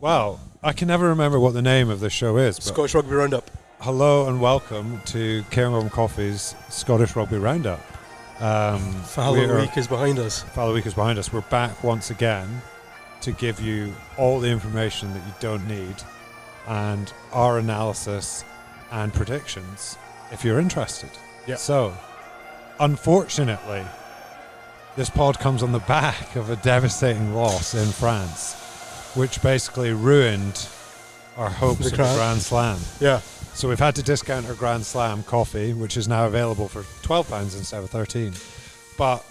Wow, I can never remember what the name of the show is. But Scottish Rugby Roundup. hello and welcome to Cairngorm Coffee's Scottish Rugby Roundup. Um, Fallow we're- Week is behind us. Fallow Week is behind us. We're back once again to give you all the information that you don't need and our analysis and predictions if you're interested. Yeah. So, unfortunately, this pod comes on the back of a devastating loss in France, which basically ruined our hopes The of the Grand- Grand Slam. Yeah. So we've had to discount our Grand Slam coffee, which is now available for twelve pounds instead of thirteen. But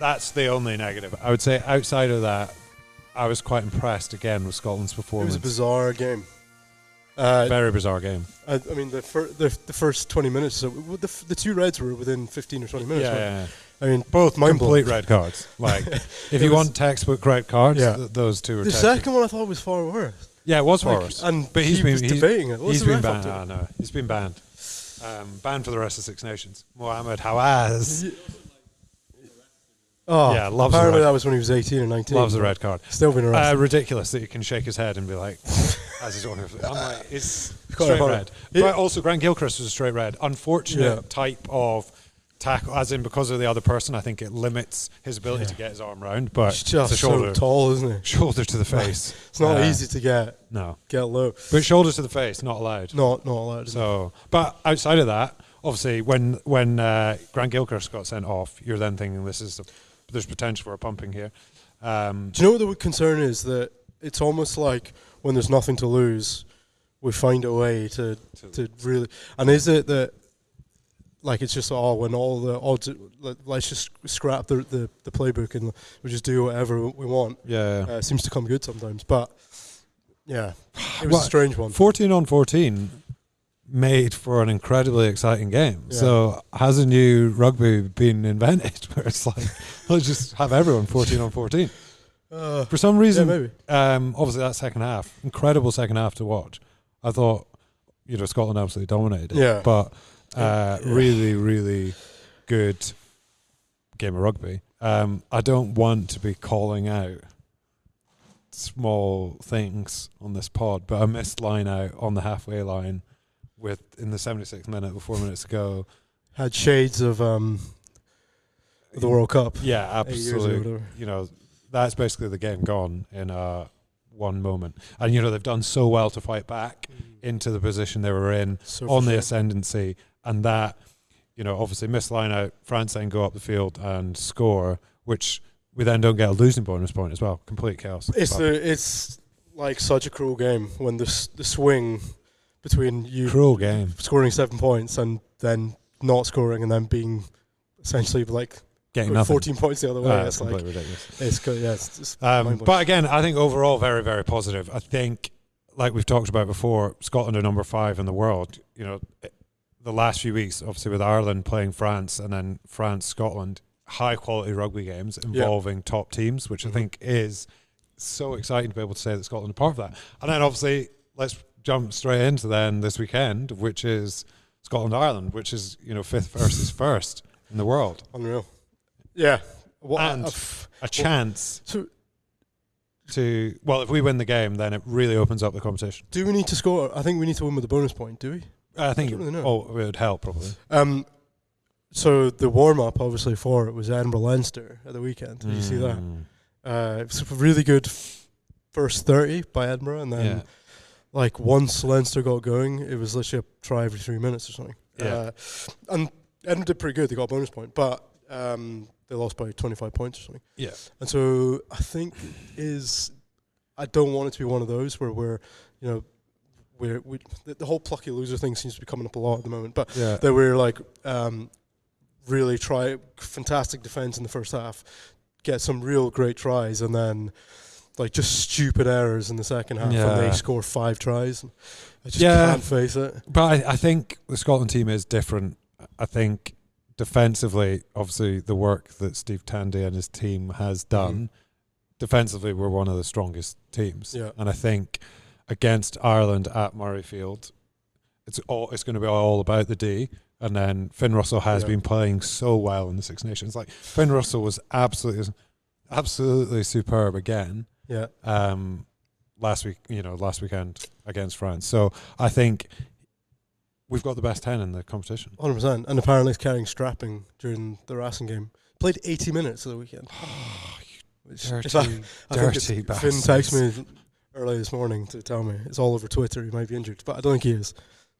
that's the only negative. I would say outside of that, I was quite impressed again with Scotland's It performance. was a bizarre game. Uh, Very bizarre game. I, I mean, the, fir- the, the first 20 minutes, so w- the, f- the two reds were within 15 or 20 Yeah, minutes. yeah, weren't yeah. they? I mean, both mind complete blowing. red cards. Like if you was- want textbook red cards, Yeah. th- those two are the textbook. second one I thought was far worse. Yeah, it was Like, Horace. and he was debating it. What's he's the been ref up banned. I know. He's been banned. Um, banned for the rest of Six Nations. Mohamed Hawaz Oh, Yeah, loves the apparently red. that was when he was 18 and 19. loves a red card. Still been arrested. Uh, ridiculous that he can shake his head and be like, as he's walking. I'm like, it's Quite straight red. abhorrent. It- but also, Grant Gilchrist was a straight red. Unfortunate Yeah. type of tackle, as in because of the other person, I think it limits his ability to get his arm round. But He's it's a just so shoulder, tall, isn't he? shoulder to the face. It's not Uh, easy to get No, get low. but shoulder to the face, not allowed. Not not allowed. So, So, but outside of that, obviously, when when uh, Grant Gilchrist got sent off, you're then thinking this is a, there's potential for a pumping here. Um, Do you know what the concern is? That it's almost like when there's nothing to lose, we find a way to to really. And is it that like it's just oh when all the odds let- let's just scrap the the, the playbook and we just do whatever we want. yeah. Uh, seems to come good sometimes, but yeah, it was Well, a strange one. 14 on 14 made for an incredibly exciting game. Yeah. So has a new rugby been invented where it's like, let's just have everyone 14 on 14. Uh, For some reason, maybe. Um, obviously that second half, incredible second half to watch. I thought, you know, Scotland absolutely dominated. it, Yeah. But uh, Yeah. really, really good game of rugby. Um, I don't want to be calling out small things on this pod, but I missed line out on the halfway line with in the 76th minute with four minutes to go. had shades of um the World Cup. Yeah, eight years or absolutely. whatever. you know, that's basically the game gone in uh, one moment. And, you know, they've done so well to fight back into the position they were in So on for the sure. ascendancy. And that, you know, obviously miss line out, France then go up the field and score, which we then don't get a losing bonus point as well. Complete chaos. It's But the it's like such a cruel game when the s- the swing between you cruel game. scoring seven points and then not scoring and then being essentially like Getting nothing. fourteen points the other way. Ah, it's like completely ridiculous. it's co- yeah, it's just Um, mind-blowing. but again, I think overall very, very positive. I think, like we've talked about before, Scotland are number five in the world. You know, it- the last few weeks, obviously with Ireland playing France and then France Scotland, high quality rugby games involving top teams, which I think is so exciting to be able to say that Scotland are part of that. And then obviously, let's jump straight into then this weekend, which is Scotland Ireland, which is you know fifth versus first in the world, unreal. Yeah, what, uh, and a f- a chance so to well, if we win the game, then it really opens up the competition. do we need to score? I think we need to win with a bonus point. Do we? I think don't really know. oh, it would help probably. Um, so the warm up obviously for it was Edinburgh Leinster at the weekend. Did you see that? Mm. Uh, it was a really good f- first 30 by Edinburgh, and then Yeah. like once Leinster got going, it was literally a try every three minutes or something. Yeah. Uh, and Edinburgh did pretty good. They got a bonus point, but um, they lost by 25 points or something. Yeah. And so I think is I don't want it to be one of those where we're, you know, we're, we the, the whole plucky loser thing seems to be coming up a lot at the moment. But Yeah. they were like um, really try fantastic defense in the first half, get some real great tries, and then like just stupid errors in the second half, and Yeah. they score five tries. I just Yeah. can't face it. But I, I think the Scotland team is different. I think defensively, obviously, the work that Steve Tandy and his team Mm-hmm. has done, defensively, we're one of the strongest teams. Yeah. And I think against Ireland at Murrayfield, it's all it's going to be all about the D. And then Finn Russell has Yeah. been playing so well in the Six Nations. Like Finn Russell was absolutely, absolutely superb again. Yeah, Um, last week, you know, last weekend against France. So I think we've got the best ten in the competition. Hundred percent. And apparently, he's carrying strapping during the Racing game. Played eighty minutes of the weekend. Which, Dirty, if I, I think it's- dirty Finn bastards. texted me early this morning to tell me it's all over Twitter. He might be injured, but I don't think he is.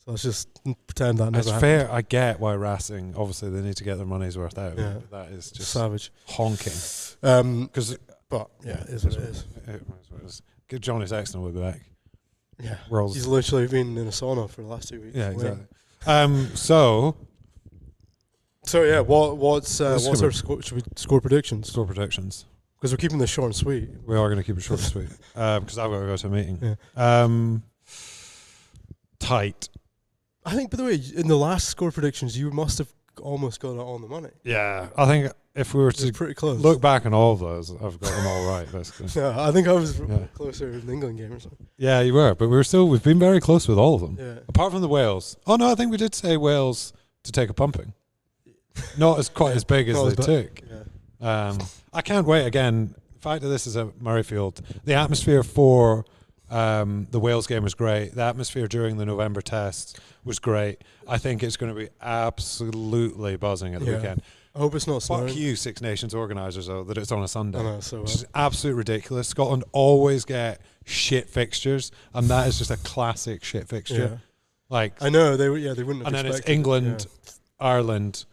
So let's just pretend that never It's happened. fair. I get why Racing. Obviously, they need to get their money's worth out. of it, Yeah. but that is Just just savage. honking. Um, Because but yeah, it is what it is. Johnny Sexton will be back. Yeah, World's he's literally been in a sauna for the last two weeks. Yeah, Wait. exactly. Um, so So yeah, what what's uh, Let's what's go our score, should we score predictions? score predictions. Because we're keeping this short and sweet. We are going to keep it short and sweet because I've got to go to a meeting. Yeah. Um, tight. I think, by the way, in the last score predictions, you must have almost got it on the money. Yeah, I think if we were It's to pretty close. look back on all of those, I've got them all right basically. yeah, I think I was Yeah. closer in the England game or something. Yeah, you were, but we were still we've been very close with all of them, Yeah, apart from the Wales. Oh no, I think we did say Wales to take a pumping. Not as quite as big as Not they as bu- took. yeah. Um, I can't wait again. The fact that this is at Murrayfield, the atmosphere for um, the Wales game was great. The atmosphere during the November test was great. I think it's going to be absolutely buzzing at the Yeah. weekend. I hope it's not snowing. Fuck you, Six Nations organisers, though, that it's on a Sunday. I know, Oh, so Which is absolutely ridiculous. Scotland always get shit fixtures, and that is just a classic shit fixture. yeah. Like, I know they were. Yeah, they wouldn't. Have and then it's expected it, England, yeah. Ireland.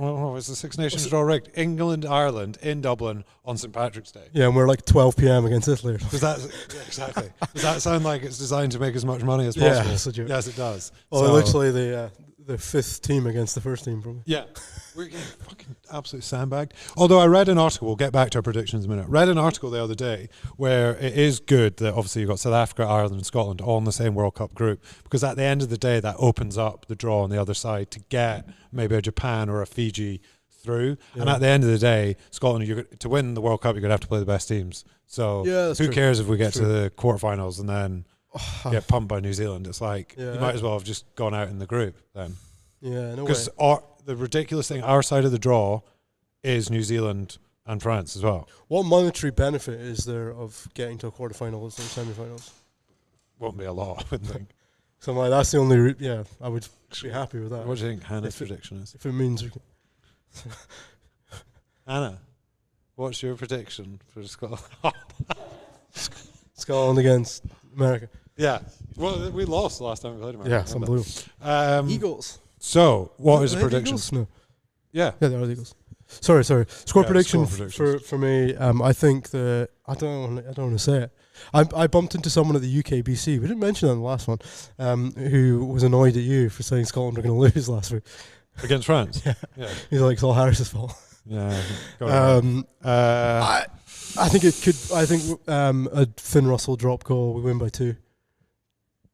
Oh, it's the Six Nations it- draw rigged. England, Ireland in Dublin on St Patrick's Day. Yeah. and we're like 12 p.m. against Italy. Or something. Does that yeah, exactly? Does that sound like it's designed to make as much money as Yeah, possible? it's a joke. Yes, it does. Well, So- literally the uh, the fifth team against the first team, probably. Yeah, we're getting fucking absolutely sandbagged. Although I read an article, we'll get back to our predictions in a minute. Read an article the other day where it is good that obviously you've got South Africa, Ireland, and Scotland all in the same World Cup group because at the end of the day, that opens up the draw on the other side to get maybe a Japan or a Fiji through. And Yeah. at the end of the day, Scotland, you're, go- to win the World Cup, you're going to have to play the best teams. So Yeah, who that's true. cares if we get That's to the quarterfinals and then get pumped by New Zealand? It's like you Yeah. might as well have just gone out in the group then. Yeah, no way. Because our the ridiculous thing, our side of the draw is New Zealand and France as well. What monetary benefit is there of getting to quarterfinals or semifinals? Won't be a lot, I would think. So I'm like, that's the only. Re- yeah, I would be happy with that What do you think Hannah's If it- prediction is? if it means we can. Hannah, what's your prediction for Scotland? Scotland against America. yeah. Well, we lost last time we played America. Yeah, it's remember? unbelievable. Um, Eagles. so, what is the Are they the prediction? Eagles? No. Yeah. Yeah, they are the Eagles. Sorry, sorry. Score Yeah, prediction score f- for predictions. for me. Um, I think the I don't wanna, I don't want to say it. I I bumped into someone at the UKBC. We didn't mention that in the last one. Um, who was annoyed at you for saying Scotland were going to lose last week? Against France? yeah. Yeah. He's like, it's all Harris's fault. Oh, yeah. Go on. Um, uh, I I think it could. I think um a Finn Russell drop goal. We win by two.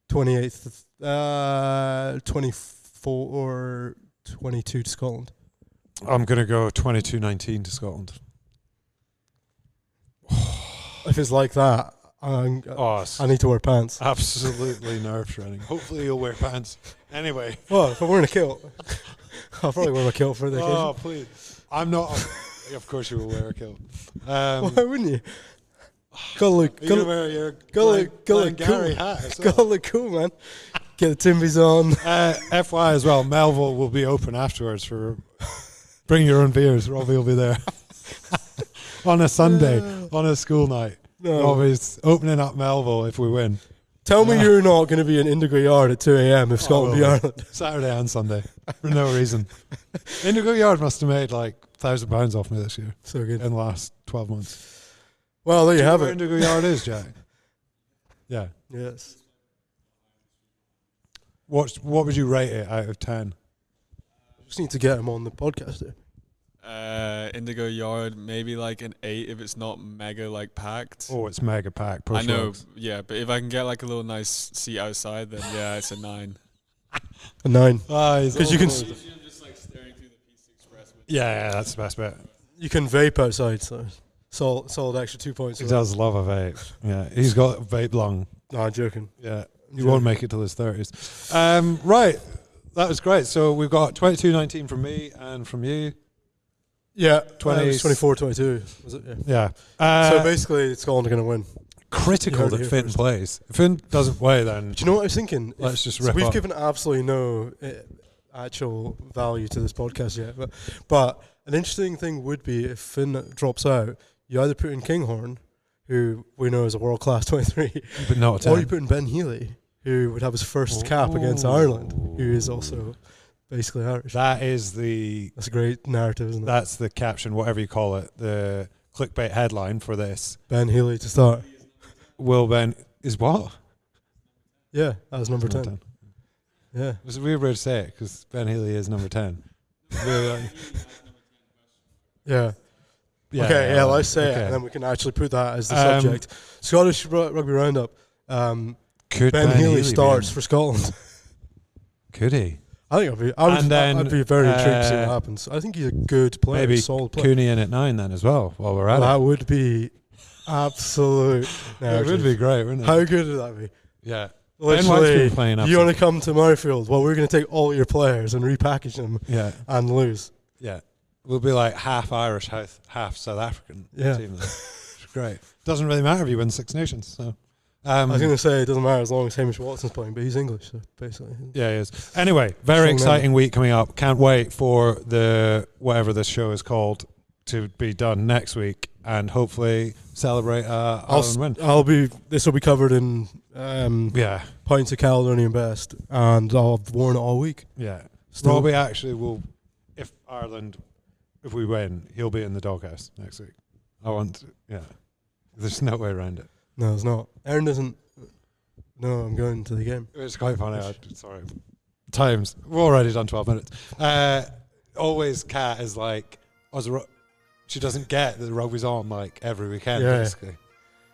Twenty eighth. Uh, twenty four or twenty two to Scotland. I'm going to go 22 19 to Scotland. If it's like that, i Oh, it's I need to wear pants. absolutely nerve training. Hopefully, you'll wear pants. Anyway. Well, if I'm wearing a kilt, I'll probably wear my kilt for the Oh, please. I'm not. oh, of course, you will wear a kilt. Um, occasion. Why wouldn't you? Gotta look, are you gonna gotta, wear your go Glen- look- go look Glengarry cool. hat as well? gotta look cool, man. Get the Timbies on. Uh, FY as well. Melville will be open afterwards for bring your own beers. Robbie will be there on a Sunday on a school night. No. Robbie's opening up Melville if we win Tell me you're not going to be in Indigo Yard at 2 a.m. if Scotland beat will. Ireland. Saturday and Sunday for no reason. Indigo Yard must have made like thousand pounds off me this year So good. in the last twelve months. Well, there you Do have know where it. Indigo Yard is, Jack. Yeah. Yes. What what would you rate it out of ten? Just need to get him on the podcast. Here. Uh, Indigo Yard, maybe like an eight if it's not mega like packed. Oh, it's mega pack. Push I know, Rocks. yeah, but if I can get like a little nice seat outside, then yeah, it's a nine. A nine. Ah, he's 'Cause you can all s- over. just like staring through the Peace Express. Yeah, yeah, that's the best bit. You can vape outside, so solid, solid extra two points. He does love a vape. Yeah, he's got a vape lung. No, I'm joking. Yeah, he won't make it till his thirties. Um, right, that was great. So we've got twenty two nineteen from me and from you. Yeah, 20s. 20, 24, 22. Was it? Yeah. Yeah. Uh, so basically, Scotland are going to win. critical heard it that here Finn first. plays. If Finn doesn't play, then Do you know what I was thinking? If- Let's just so rip We've up. given absolutely no uh, actual value to this podcast yet, but but an interesting thing would be if Finn drops out, you either put in Kinghorn, who we know is a world class twenty three, but not a or you ten. put in Ben Healy, who would have his first cap against Ireland, who is also basically Irish. That is the That's a great narrative, isn't it? that's the caption, whatever you call it, the clickbait headline for this. ben Healy to start. Will Ben is what Yeah, that was number ten. Yeah. It was a weird way to say it because Ben Healy is number ten. Really, like- Yeah. okay, yeah, let's say it, okay. and then we can actually put that as the Um, subject. Scottish Ru- Rugby Roundup. Um, Could ben, Healy be starts in? for Scotland. Could he? I think I'd be, I would, And then, I'd be very intrigued to see what uh, happens. I think he's a good player, Maybe solid player. Cooney in at nine then as well. While we're at that would be absolute. it, it would be narrative. great, wouldn't it? How good would that be? yeah, Ben White's Literally, been playing up. you want to come to Murrayfield? Well, we're going to take all your players and repackage them yeah, and lose. yeah. We'll be like half Irish, half, half South African Yeah. team. Then. It's great. Doesn't really matter if you win Six Nations. So, um, I was going to say it doesn't matter as long as Hamish Watson's playing, but he's English, so basically. Yeah, it is. Anyway, very Strong exciting week coming up. Can't wait for the whatever this show is called to be done next week and hopefully celebrate uh, I'll, Ireland win. s- I'll be. This will be covered in um, Yeah, pints of Caledonian best, and I'll have worn it all week. yeah. Still, Robbie actually will, if Ireland, if we win, he'll be in the doghouse next week. I want, yeah. There's no way around it. no, it's not. Aaron doesn't. No, I'm going to the game. It's quite funny. I, sorry. Times. We've already done 12 minutes. Uh, always, Kat is like, I was a ru- she doesn't get that the rugby's on like every weekend, Yeah. basically.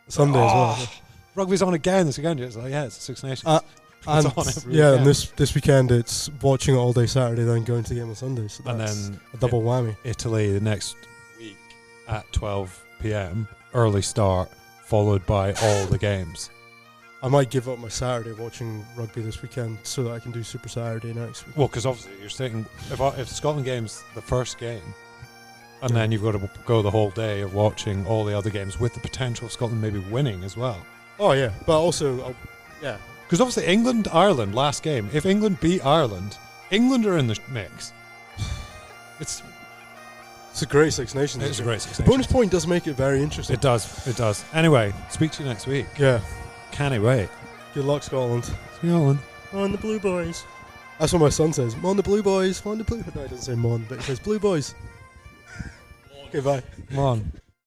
Sunday as Oh, Rugby's on again this weekend. It's like, yeah, it's Six Nations. Uh, well. It's And on every yeah, weekend. and this this weekend it's watching it all day Saturday, then going to the game on Sunday. So and that's then a double whammy. Italy the next week at 12 p.m. early start, followed by all the games. I might give up my Saturday watching rugby this weekend so that I can do Super Saturday next week. Well, because obviously you're sitting if I- if Scotland games the first game, and then you've got to go the whole day of watching all the other games with the potential of Scotland maybe winning as well. Oh yeah, but also, I'll, yeah, Because obviously England Ireland last game. If England beat Ireland, England are in the mix. It's it's a great Six Nations. it's a great six. Bonus Nations. point does make it very interesting. It does. It does. Anyway, speak to you next week. Yeah. Can it wait? Good luck, Scotland. Scotland. On the Blue Boys. That's what my son says. Mon the Blue Boys. Mon the Blue. No, he doesn't say Mon, but he says Blue Boys. Okay, bye. Come on.